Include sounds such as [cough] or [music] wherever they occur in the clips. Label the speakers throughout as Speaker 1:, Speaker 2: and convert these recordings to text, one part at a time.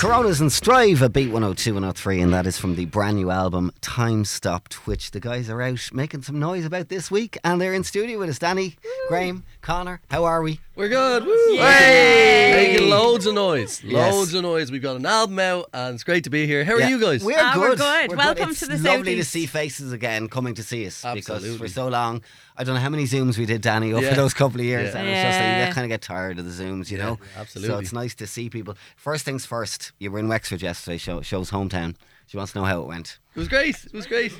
Speaker 1: Coronas and Strive at Beat 102 103, and that is from the brand new album Time Stopped, which the guys are out making some noise about this week, and they're in studio with us. Danny, Graham, Connor, how are we?
Speaker 2: We're good. Woo. Making, making loads of noise. Loads of noise. We've got an album out, and it's great to be here. How are
Speaker 1: Yeah,
Speaker 2: you guys?
Speaker 1: We're
Speaker 3: Ah,
Speaker 1: good.
Speaker 3: we're good. Welcome
Speaker 1: It's
Speaker 3: to the
Speaker 1: lovely to
Speaker 3: Southeast.
Speaker 1: see faces again coming to see us because
Speaker 2: Absolutely.
Speaker 1: for so long, I don't know how many Zooms we did, Danny, over [laughs]
Speaker 2: Yeah.
Speaker 1: those couple of years,
Speaker 2: Yeah.
Speaker 1: and it's just like,
Speaker 3: Yeah.
Speaker 1: you kind of get tired of the Zooms, you know. So
Speaker 2: absolutely.
Speaker 1: it's nice to see people. First things first, you were in Wexford yesterday, show, show's hometown. She wants to know how it went.
Speaker 2: It was great. It was great.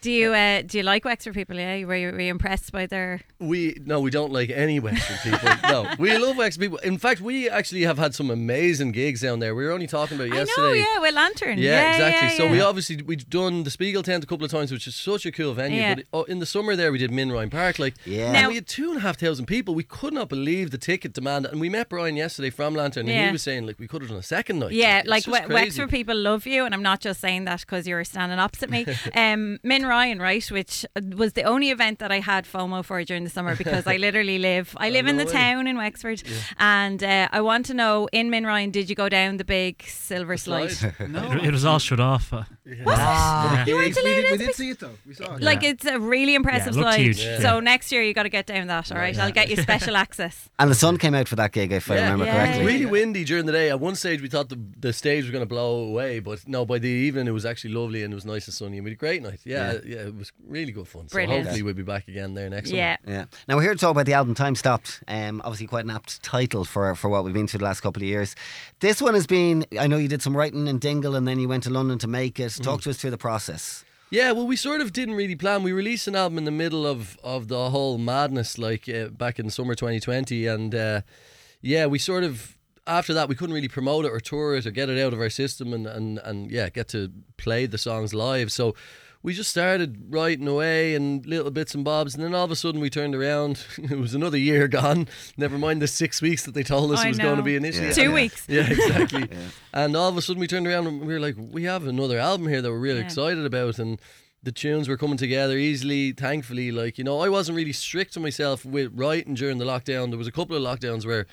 Speaker 3: Do you uh, do you like Wexford people? Yeah, were you, were you impressed by their?
Speaker 2: We no, we don't like any Wexford
Speaker 3: [laughs]
Speaker 2: people. No, we love Wexford people. In fact, we actually have had some amazing gigs down there. We were only talking about yesterday.
Speaker 3: I know, yeah, with Lantern.
Speaker 2: Yeah, exactly.
Speaker 3: yeah,
Speaker 2: So we
Speaker 3: yeah.
Speaker 2: obviously we've done the Spiegel tent a couple of times, which is such a cool venue.
Speaker 3: Yeah.
Speaker 2: But oh, in the summer there, we did Minrine Park, like
Speaker 1: Yeah.
Speaker 2: and
Speaker 3: Now-
Speaker 2: we had two and a half thousand people. We could not believe the ticket demand, and we met Brian yesterday from Lantern, and he
Speaker 3: Yeah.
Speaker 2: was saying like we could have done a second night.
Speaker 3: Yeah,
Speaker 2: It's
Speaker 3: like
Speaker 2: just
Speaker 3: we-
Speaker 2: crazy.
Speaker 3: Wexford people love you, and I'm not just saying that because you were standing opposite me. um, Min Ryan, right, which uh, was the only event that I had FOMO for during the summer because I literally live, I live in
Speaker 2: no
Speaker 3: the
Speaker 2: way.
Speaker 3: town in Wexford, and uh, I want to know in Min Ryan, did you go down the big silver slide?
Speaker 2: Slide.
Speaker 4: It, it was all shut off. uh,
Speaker 1: Ah.
Speaker 3: You weren't allowed
Speaker 5: we, did,
Speaker 3: in
Speaker 5: we
Speaker 3: the
Speaker 5: did see it though. We saw it.
Speaker 3: Like it's a really impressive
Speaker 4: looked
Speaker 3: slide.
Speaker 4: huge. Yeah.
Speaker 3: So next year you got to get down that. All right, I'll get you special access.
Speaker 1: And the sun came out for that gig, [laughs] if I remember
Speaker 3: Yeah.
Speaker 2: It
Speaker 1: correctly.
Speaker 2: was really windy during the day. At one stage, we thought the, the stage was going to blow away, but no, by the evening, it was actually lovely and it was nice and sunny and we had a great night. Yeah, yeah, it was really good fun. So
Speaker 3: Brilliant.
Speaker 2: hopefully, we'll be back again there next
Speaker 3: Yeah.
Speaker 1: Yeah. Now we're here to talk about the album Time Stopped. Um, obviously quite an apt title for for what we've been through the last couple of years. This one has been. I know you did some writing in Dingle, and then you went to London to make it. Talk to us through the process.
Speaker 2: Yeah, well, we sort of didn't really plan. We released an album in the middle of of the whole madness, like uh, back in summer 2020, and uh, yeah, we sort of after that we couldn't really promote it or tour it or get it out of our system, and and and yeah, get to play the songs live. So. We just started writing away and little bits and bobs, and then all of a sudden we turned around. [laughs] it was another year gone. Never mind the six weeks that they told us
Speaker 3: I
Speaker 2: it was going to
Speaker 3: know.
Speaker 2: be initially.
Speaker 1: Yeah.
Speaker 3: Two
Speaker 2: And-
Speaker 3: weeks.
Speaker 2: yeah, exactly. [laughs] And all of a sudden, we turned around and we were like, we have another album here that we're really
Speaker 3: Yeah.
Speaker 2: excited about, and the tunes were coming together easily. Thankfully, like you know, I wasn't really strict on myself with writing during the lockdown. There was a couple of lockdowns where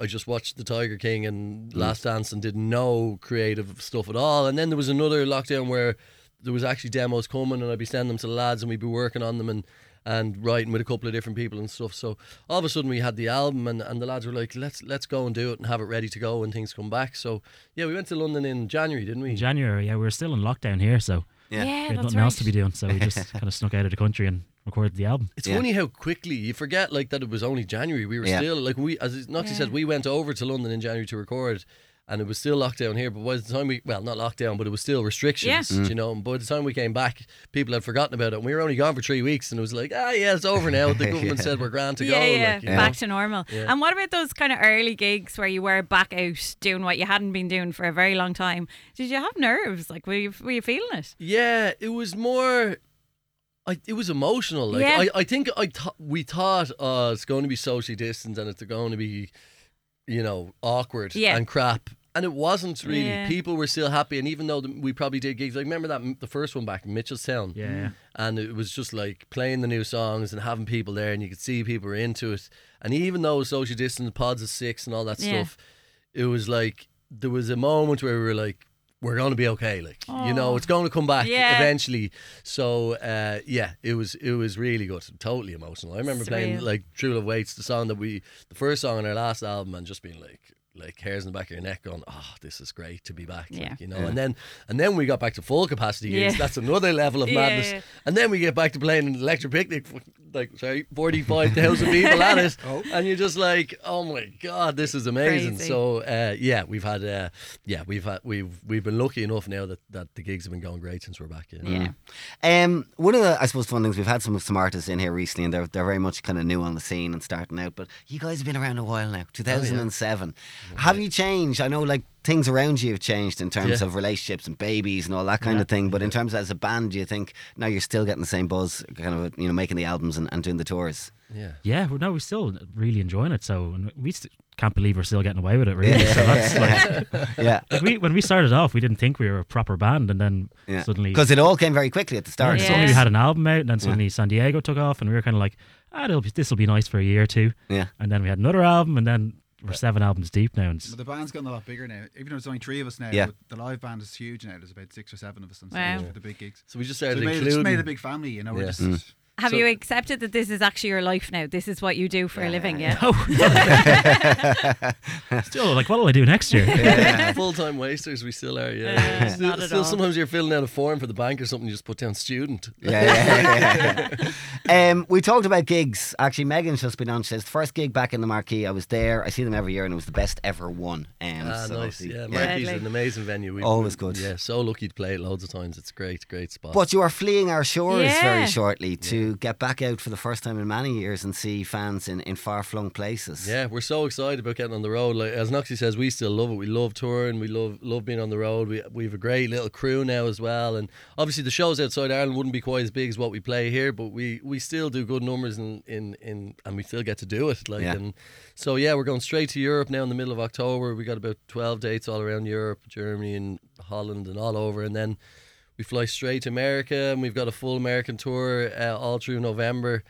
Speaker 2: I just watched The Tiger King and Last Dance and did no creative stuff at all. And then there was another lockdown where there was actually demos coming, and I'd be sending them to the lads, and we'd be working on them and. And writing with a couple of different people and stuff. So all of a sudden we had the album and, and the lads were like, let's let's go and do it and have it ready to go when things come back. So yeah, we went to London in January, didn't we?
Speaker 4: in January, yeah, we were still in lockdown here, so
Speaker 1: Yeah.
Speaker 3: Yeah,
Speaker 4: we had
Speaker 3: that's
Speaker 4: nothing
Speaker 3: right.
Speaker 4: else to be doing, so we
Speaker 3: [laughs]
Speaker 4: just kind of snuck out of the country and recorded the album.
Speaker 2: It's
Speaker 1: Yeah.
Speaker 2: funny how quickly you forget, like that it was only January. We were
Speaker 1: Yeah.
Speaker 2: still like we, as Noxie said, we went over to London in January to record, and it was still lockdown here. But by the time we, well, not lockdown, but it was still restrictions, you know. And by the time we came back, people had forgotten about it. And we were only gone for three weeks, and it was like, ah, yeah, it's over now. The government said we're grand to
Speaker 3: yeah,
Speaker 2: go.
Speaker 3: yeah,
Speaker 2: like, you know.
Speaker 3: back to normal. And what about those kind of early gigs where you were back out doing what you hadn't been doing for a very long time? Did you have nerves? Like, were you, were you feeling it?
Speaker 2: Yeah, it was more. I, it was emotional. Like
Speaker 3: Yeah.
Speaker 2: I, I think I th- we thought uh, it's going to be socially distanced and it's going to be, you know, awkward
Speaker 3: Yeah.
Speaker 2: and crap. And it wasn't really.
Speaker 3: Yeah.
Speaker 2: People were still happy, and even though the, we probably did gigs, like remember that m- the first one back in Mitchellstown,
Speaker 4: Yeah, yeah.
Speaker 2: and it was just like playing the new songs and having people there, and you could see people were into it. And even though social distance pods of six and all that
Speaker 3: Yeah.
Speaker 2: stuff, it was like there was a moment where we were like, we're going to be okay. Like you know,
Speaker 3: Aw.
Speaker 2: it's going to come back
Speaker 3: Yeah.
Speaker 2: eventually. So uh, yeah, it was it was really good, totally emotional. I remember playing
Speaker 3: Surreal.
Speaker 2: like True Love Waits, the song that we, the first song on our last album, and just being like. Like hairs in the back of your neck, going, "Oh, this is great to be back." like,
Speaker 3: Yeah.
Speaker 2: you know. And then, and then we got back to full capacity gigs.
Speaker 3: Yeah.
Speaker 2: That's another level of
Speaker 3: Yeah,
Speaker 2: madness.
Speaker 3: yeah.
Speaker 2: And then we get back to playing an electric picnic, f- like sorry, forty-five thousand
Speaker 3: [laughs]
Speaker 2: people at it, and you're just like, oh my god, this is amazing.
Speaker 3: Oh. Crazy.
Speaker 2: So uh, yeah, we've had, uh, yeah, we've had, we've we've been lucky enough now that, that the gigs have been going great since we're back.
Speaker 1: Mm.
Speaker 2: You know?
Speaker 3: Yeah.
Speaker 1: Um, one of the, I suppose, fun things we've had some of some artists in here recently, and they're they're very much kind of new on the scene and starting out. But you guys have been around a while now, 2007. Have you changed? I know, like things around you have changed in terms
Speaker 2: Yeah.
Speaker 1: of relationships and babies and all that kind of thing. But in terms of as a band, do you think now you're still getting the same buzz, kind of you know, making the albums and, and doing the tours?
Speaker 2: yeah.
Speaker 4: Yeah, well, no, we're still really enjoying it, so and we st- can't believe we're still getting away with it, really. So that's like,
Speaker 1: [laughs] Yeah.
Speaker 4: like we, when we started off, we didn't think we were a proper band, and then
Speaker 1: Yeah.
Speaker 4: suddenly,
Speaker 1: Because it all came very quickly at the
Speaker 4: yeah,
Speaker 1: start.
Speaker 3: Yeah.
Speaker 4: suddenly we had an album out, and then suddenly San Diego took off, and we were kind of like, ah, this will be nice for a year or two.
Speaker 1: Yeah.
Speaker 4: And then we had another album, and then we're seven albums deep now. And it's-
Speaker 5: But the band's gotten a lot bigger now. Even though there's only three of us now,
Speaker 1: Yeah.
Speaker 5: but the live band is huge now. There's about six or seven of us on stage
Speaker 3: Wow.
Speaker 5: for the big gigs.
Speaker 2: So we just
Speaker 5: So
Speaker 2: started
Speaker 5: we made, just
Speaker 2: including.
Speaker 5: made a
Speaker 2: [laughs]
Speaker 5: big family, you know. We're
Speaker 2: Yeah.
Speaker 5: just
Speaker 3: Have
Speaker 2: So-
Speaker 3: you accepted that this is actually your life now? This is what you do for a living, yeah?
Speaker 2: [laughs]
Speaker 4: still, like, what will I do
Speaker 1: [laughs]
Speaker 4: next year?
Speaker 2: Full time wasters, we still are. Yeah, [laughs]
Speaker 3: Yeah,
Speaker 2: Still-
Speaker 3: Uh, not at
Speaker 2: still
Speaker 3: all.
Speaker 2: sometimes you're filling out a form for the bank or something. You just put down
Speaker 5: [laughs]
Speaker 2: student.
Speaker 1: Yeah, yeah, yeah, yeah. um, we talked about gigs. Actually, Megan's just been on. She says, first gig back in the marquee. I was there. I see them every year, and it was the best ever one. Um,
Speaker 2: Ah,
Speaker 1: so
Speaker 2: nice.
Speaker 1: the-
Speaker 2: Yeah, Marky's
Speaker 3: Deadly.
Speaker 2: an amazing venue. We,
Speaker 1: Always
Speaker 2: we-
Speaker 1: good.
Speaker 2: Yeah, so lucky to play it loads of times. It's great, great spot.
Speaker 1: But you are fleeing our shores very
Speaker 3: Yeah.
Speaker 1: shortly to get back out for the first time in many years and see fans in, in far flung places.
Speaker 2: Yeah, we're so excited about getting on the road. Like as Noxie says, we still love it. We love touring. We love love being on the road. We we have a great little crew now as well. And obviously the shows outside Ireland wouldn't be quite as big as what we play here, but we, we still do good numbers in, in, in and we still get to do it. Like
Speaker 1: Yeah.
Speaker 2: and so yeah, we're going straight to Europe now in the middle of October. We got about twelve dates all around Europe, Germany and Holland and all over, and then we fly straight to America, and we've got a full American tour uh, all through November.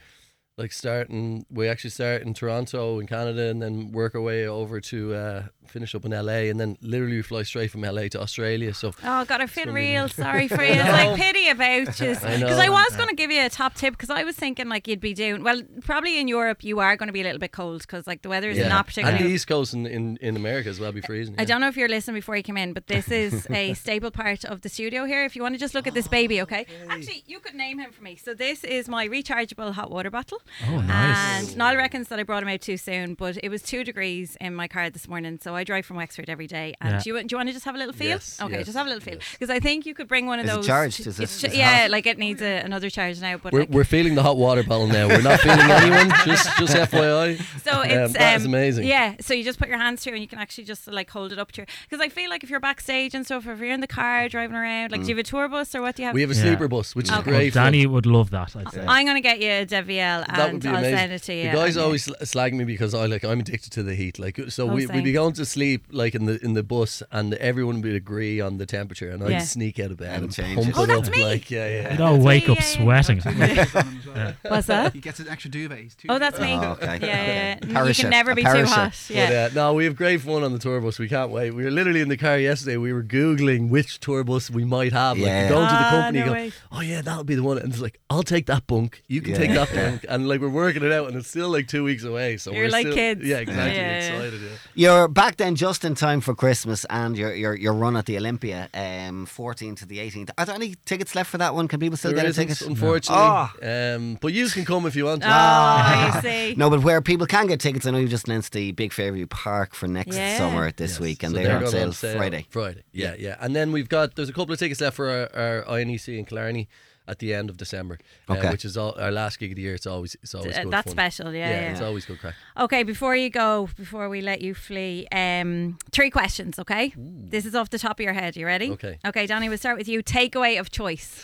Speaker 2: Like starting, we actually start in Toronto in Canada, and then work our way over to uh, finish up in LA, and then literally we fly straight from LA to Australia. So
Speaker 3: [laughs] Oh God, I feel
Speaker 2: gonna be
Speaker 3: real
Speaker 2: nice. [laughs]
Speaker 3: sorry for you. It's like pity about you,
Speaker 2: I know.
Speaker 3: because I was going to give you a top tip because I was thinking like you'd be doing well. Probably in Europe you are going to be a little bit cold because like the weather is not
Speaker 2: and the
Speaker 3: particularly.
Speaker 2: East Coast in, in, in America as well be freezing.
Speaker 3: I
Speaker 2: yeah.
Speaker 3: don't know if you're listening before you came in, but this is a staple part of the studio here. If you want to just look at this baby, okay? Actually, you could name him for me. So this is my rechargeable hot water bottle.
Speaker 4: Oh, nice.
Speaker 3: And Niall reckons that I brought him out too soon, but it was two degrees in my car this morning. So I drive from Wexford every day. And
Speaker 4: Yeah.
Speaker 3: do, you, want- do you want to just have a little feel?
Speaker 2: Yes,
Speaker 3: okay,
Speaker 2: yes,
Speaker 3: just have a little feel.
Speaker 2: yes.
Speaker 3: Because I think you could bring one of
Speaker 1: Is it
Speaker 3: those.
Speaker 1: charged? Is it-
Speaker 3: it's ch-
Speaker 1: is it
Speaker 3: yeah,
Speaker 1: hot?
Speaker 3: like it needs a, another charge now. But
Speaker 2: We're,
Speaker 3: like-
Speaker 2: we're feeling the hot water bottle now. We're not feeling anyone. Just [laughs] just
Speaker 3: [laughs]
Speaker 2: FYI. [laughs]
Speaker 3: so
Speaker 2: Um,
Speaker 3: it's
Speaker 2: that is
Speaker 3: um,
Speaker 2: amazing.
Speaker 3: Yeah, so you just put your hands through and you can actually just like hold it up to your. Because I feel like if you're backstage and stuff, if you're in the car driving around, like do you have a tour bus or what do you have?
Speaker 2: Mm. We have a
Speaker 4: Yeah.
Speaker 2: sleeper bus, which is
Speaker 4: Well,
Speaker 2: great. fun.
Speaker 4: Oh, Danny would love that, I'd
Speaker 3: [laughs]
Speaker 4: say.
Speaker 3: I'm gonna get you a Deviel
Speaker 2: That would
Speaker 3: and
Speaker 2: be
Speaker 3: I'll
Speaker 2: amazing.
Speaker 3: send it to you.
Speaker 2: The guys
Speaker 3: and-
Speaker 2: always sl- slag me because I like I'm addicted to the heat. Like so,
Speaker 3: Oh,
Speaker 2: we, we'd be
Speaker 3: same.
Speaker 2: going to sleep like in the in the bus, and everyone would agree on the temperature, and I'd
Speaker 3: Yeah.
Speaker 2: sneak out of bed
Speaker 1: And
Speaker 2: and,
Speaker 1: change
Speaker 2: pump
Speaker 1: it.
Speaker 2: it
Speaker 1: Oh,
Speaker 3: that's
Speaker 2: up.
Speaker 3: me.
Speaker 2: Like yeah, yeah.
Speaker 4: You'd all wake
Speaker 3: yeah,
Speaker 4: up
Speaker 3: yeah, yeah.
Speaker 4: sweating.
Speaker 3: [laughs]
Speaker 2: [laughs]
Speaker 3: What's that?
Speaker 5: he gets an extra duvet. He's two
Speaker 3: Oh, that's me.
Speaker 1: Oh, okay.
Speaker 3: Yeah, yeah, yeah. You
Speaker 1: Parachute.
Speaker 3: can never
Speaker 1: A
Speaker 3: be too
Speaker 1: parachute.
Speaker 3: hot. Yeah.
Speaker 2: But, uh, no, we have great fun on the tour bus. We can't wait. We were literally in the car yesterday. We were googling which tour bus we might have. Like
Speaker 1: Yeah.
Speaker 2: you uh, go into the
Speaker 3: Ah,
Speaker 2: company,
Speaker 3: no
Speaker 2: you
Speaker 3: way.
Speaker 2: go, oh yeah, that'll be the one. And it's like, I'll take that bunk. You can
Speaker 1: Yeah.
Speaker 2: take
Speaker 1: [laughs]
Speaker 2: that bunk. And like we're working it out, and it's still like two weeks away. So
Speaker 3: You're
Speaker 2: we're
Speaker 3: like
Speaker 2: still-
Speaker 3: kids.
Speaker 2: Yeah, exactly.
Speaker 3: Yeah.
Speaker 2: Excited. Yeah.
Speaker 1: You're back then just in time for Christmas and your your, your run at the Olympia, um, 14 to the 18th. Are there any tickets left for that one? Can people still
Speaker 2: There
Speaker 1: get a
Speaker 2: isn't,
Speaker 1: ticket? Ah.
Speaker 2: Unfortunately, um, but you can come if you want. to. "Ah."
Speaker 3: Oh,
Speaker 2: [laughs]
Speaker 3: you see.
Speaker 1: No, but where people can get tickets, I know you've just announced the Big Fairview Park for next
Speaker 3: Yeah.
Speaker 1: summer this
Speaker 3: Ah.
Speaker 2: Yes.
Speaker 1: week, and
Speaker 2: So
Speaker 1: they're, on sale,
Speaker 2: going
Speaker 1: Friday.
Speaker 2: Friday, yeah, yeah. And then we've got there's a couple of tickets left for our, our INEC in Killarney at the end of December, uh,
Speaker 1: Okay.
Speaker 2: which is all, our last gig of the year. It's always it's always
Speaker 3: Uh,
Speaker 2: good
Speaker 3: that's
Speaker 2: fun.
Speaker 3: special, yeah, yeah.
Speaker 2: it's always good crack.
Speaker 3: Okay, before you go, before we let you flee, um, three questions, okay? This is off the top of your head. You ready?
Speaker 2: Okay.
Speaker 3: Okay, Danny, we'll start with you. Takeaway of choice,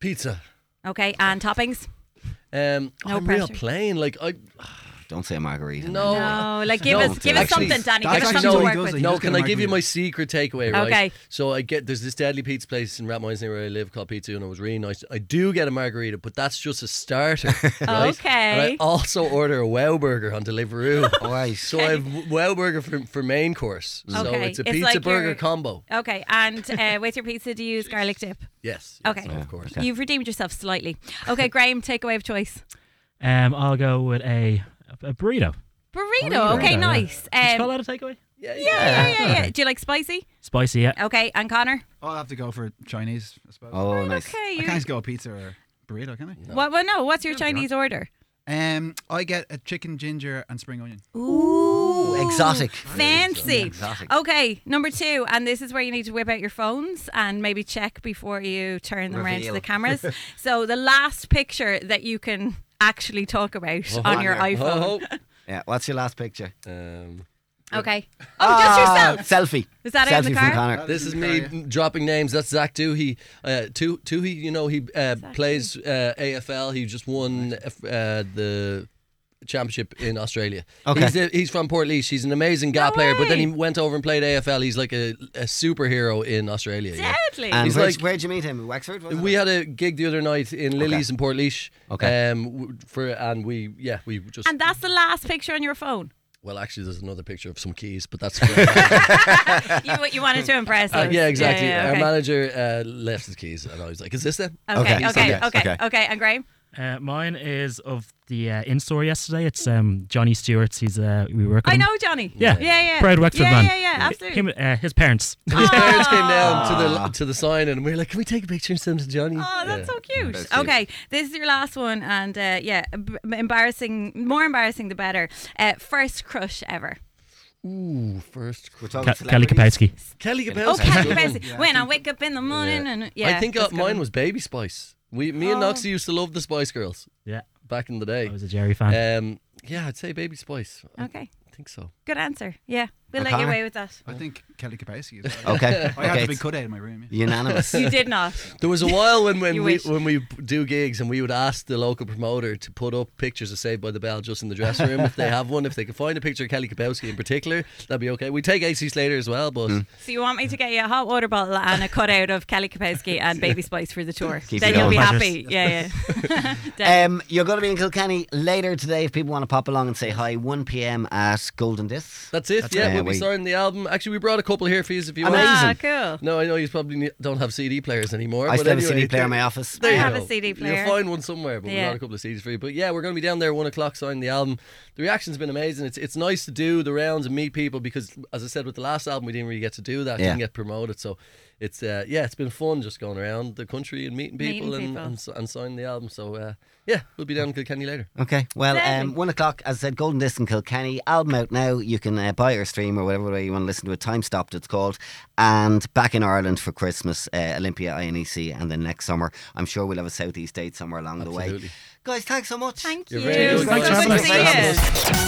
Speaker 2: Pizza.
Speaker 3: okay? And toppings?
Speaker 2: Um,
Speaker 3: No
Speaker 2: I'm real
Speaker 3: pressure.
Speaker 2: plain. Like I
Speaker 1: Don't say a margarita.
Speaker 2: no.
Speaker 3: No, like give
Speaker 2: No,
Speaker 3: us give us
Speaker 2: actually,
Speaker 3: something, Danny. Give
Speaker 5: that's
Speaker 3: us something
Speaker 5: actually
Speaker 3: to
Speaker 5: no,
Speaker 3: work
Speaker 5: he
Speaker 3: with.
Speaker 5: doesn't.
Speaker 2: No,
Speaker 5: just
Speaker 2: can
Speaker 5: gonna
Speaker 2: I give you
Speaker 5: margarita.
Speaker 2: my secret takeaway, right?
Speaker 3: Okay.
Speaker 2: So I get there's this deadly pizza place in Rathmines near where I live called Pizza and it was really nice. I do get a margarita, but that's just a
Speaker 3: [laughs]
Speaker 2: starter. right? And
Speaker 3: Okay.
Speaker 2: I also order a Wow Burger on
Speaker 3: [laughs]
Speaker 2: Deliveroo.
Speaker 1: All right.
Speaker 2: So I have Wow Burger for, for main course. So
Speaker 3: Okay.
Speaker 2: it's a
Speaker 3: It's
Speaker 2: pizza
Speaker 3: like
Speaker 2: burger
Speaker 3: your-
Speaker 2: combo.
Speaker 3: Okay, and uh, with your pizza, do you use garlic dip?
Speaker 2: Yes. yes,
Speaker 3: Okay.
Speaker 2: Of course.
Speaker 3: You've redeemed yourself slightly. Okay, Graham, takeaway of choice.
Speaker 4: [laughs] Um, I'll go with a, a burrito.
Speaker 3: Burrito.
Speaker 1: Burrito,
Speaker 3: okay,
Speaker 4: yeah.
Speaker 3: nice.
Speaker 4: Did you call
Speaker 3: Um,
Speaker 4: that a takeaway?
Speaker 2: Yeah.
Speaker 3: yeah, yeah, yeah, yeah. Do you like spicy?
Speaker 4: Spicy, yeah.
Speaker 3: Okay, and Connor.
Speaker 5: I'll have to go for Chinese, I suppose.
Speaker 1: Oh, nice.
Speaker 3: Okay,
Speaker 5: I
Speaker 3: you.
Speaker 5: can't just go pizza or burrito, can I?
Speaker 3: Well, well, no. What's your Chinese order?
Speaker 5: Um, I get a chicken ginger and spring onion.
Speaker 3: Ooh,
Speaker 1: exotic.
Speaker 3: fancy.
Speaker 1: Exotic.
Speaker 3: Okay, number two, and this is where you need to whip out your phones and maybe check before you turn them around to
Speaker 1: Reveal.
Speaker 3: the cameras. so the last picture that you can actually talk about on your
Speaker 1: yeah.
Speaker 3: iPhone. [laughs]
Speaker 1: Yeah. What's your last picture?
Speaker 2: Uh-huh.
Speaker 1: Ah,
Speaker 2: Um,
Speaker 3: Okay. Oh, just yourself.
Speaker 1: Selfie.
Speaker 3: Is that
Speaker 1: Selfie
Speaker 3: out in the
Speaker 1: from
Speaker 3: car?
Speaker 1: Connor.
Speaker 2: this is me dropping names. That's Zach Doohy. Uh, Too Doohy, you know, he uh, plays uh, AFL. He just won uh, the championship in Australia.
Speaker 1: Okay.
Speaker 2: He's, the, he's from Port He's an amazing guy
Speaker 3: No
Speaker 2: player, but then he
Speaker 3: way.
Speaker 2: went over and played AFL. He's like a, a superhero in Australia. yeah.
Speaker 3: Deadly.
Speaker 1: And
Speaker 2: He's
Speaker 1: where'd,
Speaker 2: like-
Speaker 1: where'd you meet him? Wexford? was it?
Speaker 2: We had a gig the other night in Lilies in Port
Speaker 1: Okay.
Speaker 2: Um, w- for and we yeah we just
Speaker 3: and that's the last picture on your phone.
Speaker 2: Well, actually, there's another picture of some keys, but that's.
Speaker 3: you, you wanted to impress
Speaker 2: Uh,
Speaker 3: us.
Speaker 2: yeah, exactly.
Speaker 3: yeah,
Speaker 2: Our manager uh, left his keys, and I was like, "Is this them?"
Speaker 3: okay.
Speaker 1: Okay,
Speaker 3: Okay,
Speaker 1: so
Speaker 3: okay,
Speaker 1: yes,
Speaker 3: okay, okay,
Speaker 1: okay.
Speaker 3: And Graham?
Speaker 4: Uh, mine is of the uh, in store yesterday. It's um, Johnny Stewart. He's uh, we work. with
Speaker 3: I
Speaker 4: him.
Speaker 3: know Johnny.
Speaker 4: Yeah.
Speaker 3: Yeah, yeah.
Speaker 4: Proud Wexford
Speaker 3: yeah,
Speaker 4: man.
Speaker 3: Yeah, yeah, absolutely.
Speaker 4: Him, uh, his parents.
Speaker 2: His parents came down to
Speaker 1: Aw.
Speaker 4: Ah.
Speaker 2: the to the sign, and we were like, "Can we take a picture and send to Johnny?"
Speaker 3: Oh, that's so cute.
Speaker 1: That's cute.
Speaker 3: Okay, this is your last one, and uh, yeah, b- embarrassing, more embarrassing the better. Uh, first crush ever.
Speaker 2: Ooh, first
Speaker 1: We're talking
Speaker 4: Ke- Kelly
Speaker 1: celebrities.
Speaker 4: Kapowski.
Speaker 2: Kelly
Speaker 3: Oh,
Speaker 2: Kapowski. [laughs]
Speaker 3: Kelly
Speaker 2: Good one.
Speaker 3: Benson. when I wake up in the morning, and yeah,
Speaker 2: I think uh,
Speaker 3: that's good
Speaker 2: mine
Speaker 3: one.
Speaker 2: was Baby Spice. We, me and
Speaker 3: Oh.
Speaker 2: Noxie used to love the Spice Girls
Speaker 4: Yeah,
Speaker 2: back in the
Speaker 4: I
Speaker 2: day.
Speaker 4: was a Jerry fan.
Speaker 2: Um, yeah, I'd say Baby Spice. I
Speaker 3: Okay,
Speaker 2: think so.
Speaker 3: good answer. Yeah, we'll let you
Speaker 1: O'Connor?
Speaker 3: away with that.
Speaker 5: I think Kelly Kapowski is. right.
Speaker 1: Okay.
Speaker 5: I had
Speaker 1: okay.
Speaker 5: to be cut out of my room. Yeah.
Speaker 1: Unanimous.
Speaker 3: You did not.
Speaker 2: There was a while when, when
Speaker 3: [laughs] You
Speaker 2: we
Speaker 3: wish.
Speaker 2: when we do gigs and we would ask the local promoter to put up pictures of Saved by the Bell just in the dressing room if
Speaker 3: [laughs]
Speaker 2: they have one. If they could find a picture of Kelly Kapowski in particular, that'd be okay. We take AC Slater as well, but
Speaker 4: Hmm.
Speaker 3: So you want me to get you a hot water bottle and a cutout of Kelly
Speaker 2: [laughs]
Speaker 3: Kapowski and Baby Spice for the tour?
Speaker 1: Keep
Speaker 3: then
Speaker 1: it
Speaker 3: you'll be
Speaker 1: going.
Speaker 3: happy. Yeah, [laughs] yeah.
Speaker 2: [laughs]
Speaker 3: Definitely.
Speaker 1: Um, you're going to be in Kilkenny later today. If people want to pop along and say hi, 1 p.m. at Golden Disc.
Speaker 2: that's it.
Speaker 1: That's
Speaker 2: yeah,
Speaker 1: right.
Speaker 2: we'll be
Speaker 1: Yeah, we-
Speaker 2: starting the album. Actually, we brought a couple here for you if you want.
Speaker 1: Amazing.
Speaker 3: [laughs] Ah, cool.
Speaker 2: No, I know you probably ne- don't have CD players anymore.
Speaker 1: I
Speaker 2: but
Speaker 1: still have a
Speaker 2: anyway,
Speaker 1: CD player in my
Speaker 2: there-
Speaker 1: office.
Speaker 2: there
Speaker 3: I
Speaker 2: you
Speaker 3: have a
Speaker 2: go.
Speaker 3: CD player.
Speaker 2: You'll find one somewhere, but we
Speaker 3: Yeah.
Speaker 2: got a couple of CDs for you. But yeah, we're going to be down there one o'clock signing the album. The reaction's been amazing. It's it's nice to do the rounds and meet people because, as I said with the last album, we didn't really get to do that.
Speaker 1: Yeah.
Speaker 2: Didn't get promoted, so it's uh, yeah, it's been fun just going around the country and meeting people, and,
Speaker 3: Meeting people.
Speaker 2: And, s- and signing the album. So uh, yeah, we'll be down in Kilkenny later.
Speaker 1: Okay. Well, um,
Speaker 3: Lovely.
Speaker 1: one o'clock, as I said, Golden Disc in Kilkenny. Album out now. You can uh, buy or stream or whatever way you want to listen to it. Time Stopped, it's called. And back in Ireland for Christmas, uh, Olympia INEC. And then next summer, I'm sure we'll have a Southeast date somewhere along the way.
Speaker 2: Absolutely.
Speaker 1: Guys, thanks so much.
Speaker 3: Thank
Speaker 2: You're
Speaker 3: you.
Speaker 2: very
Speaker 3: So
Speaker 2: good. Thanks
Speaker 3: good
Speaker 2: for
Speaker 3: to
Speaker 2: having us.
Speaker 3: see you.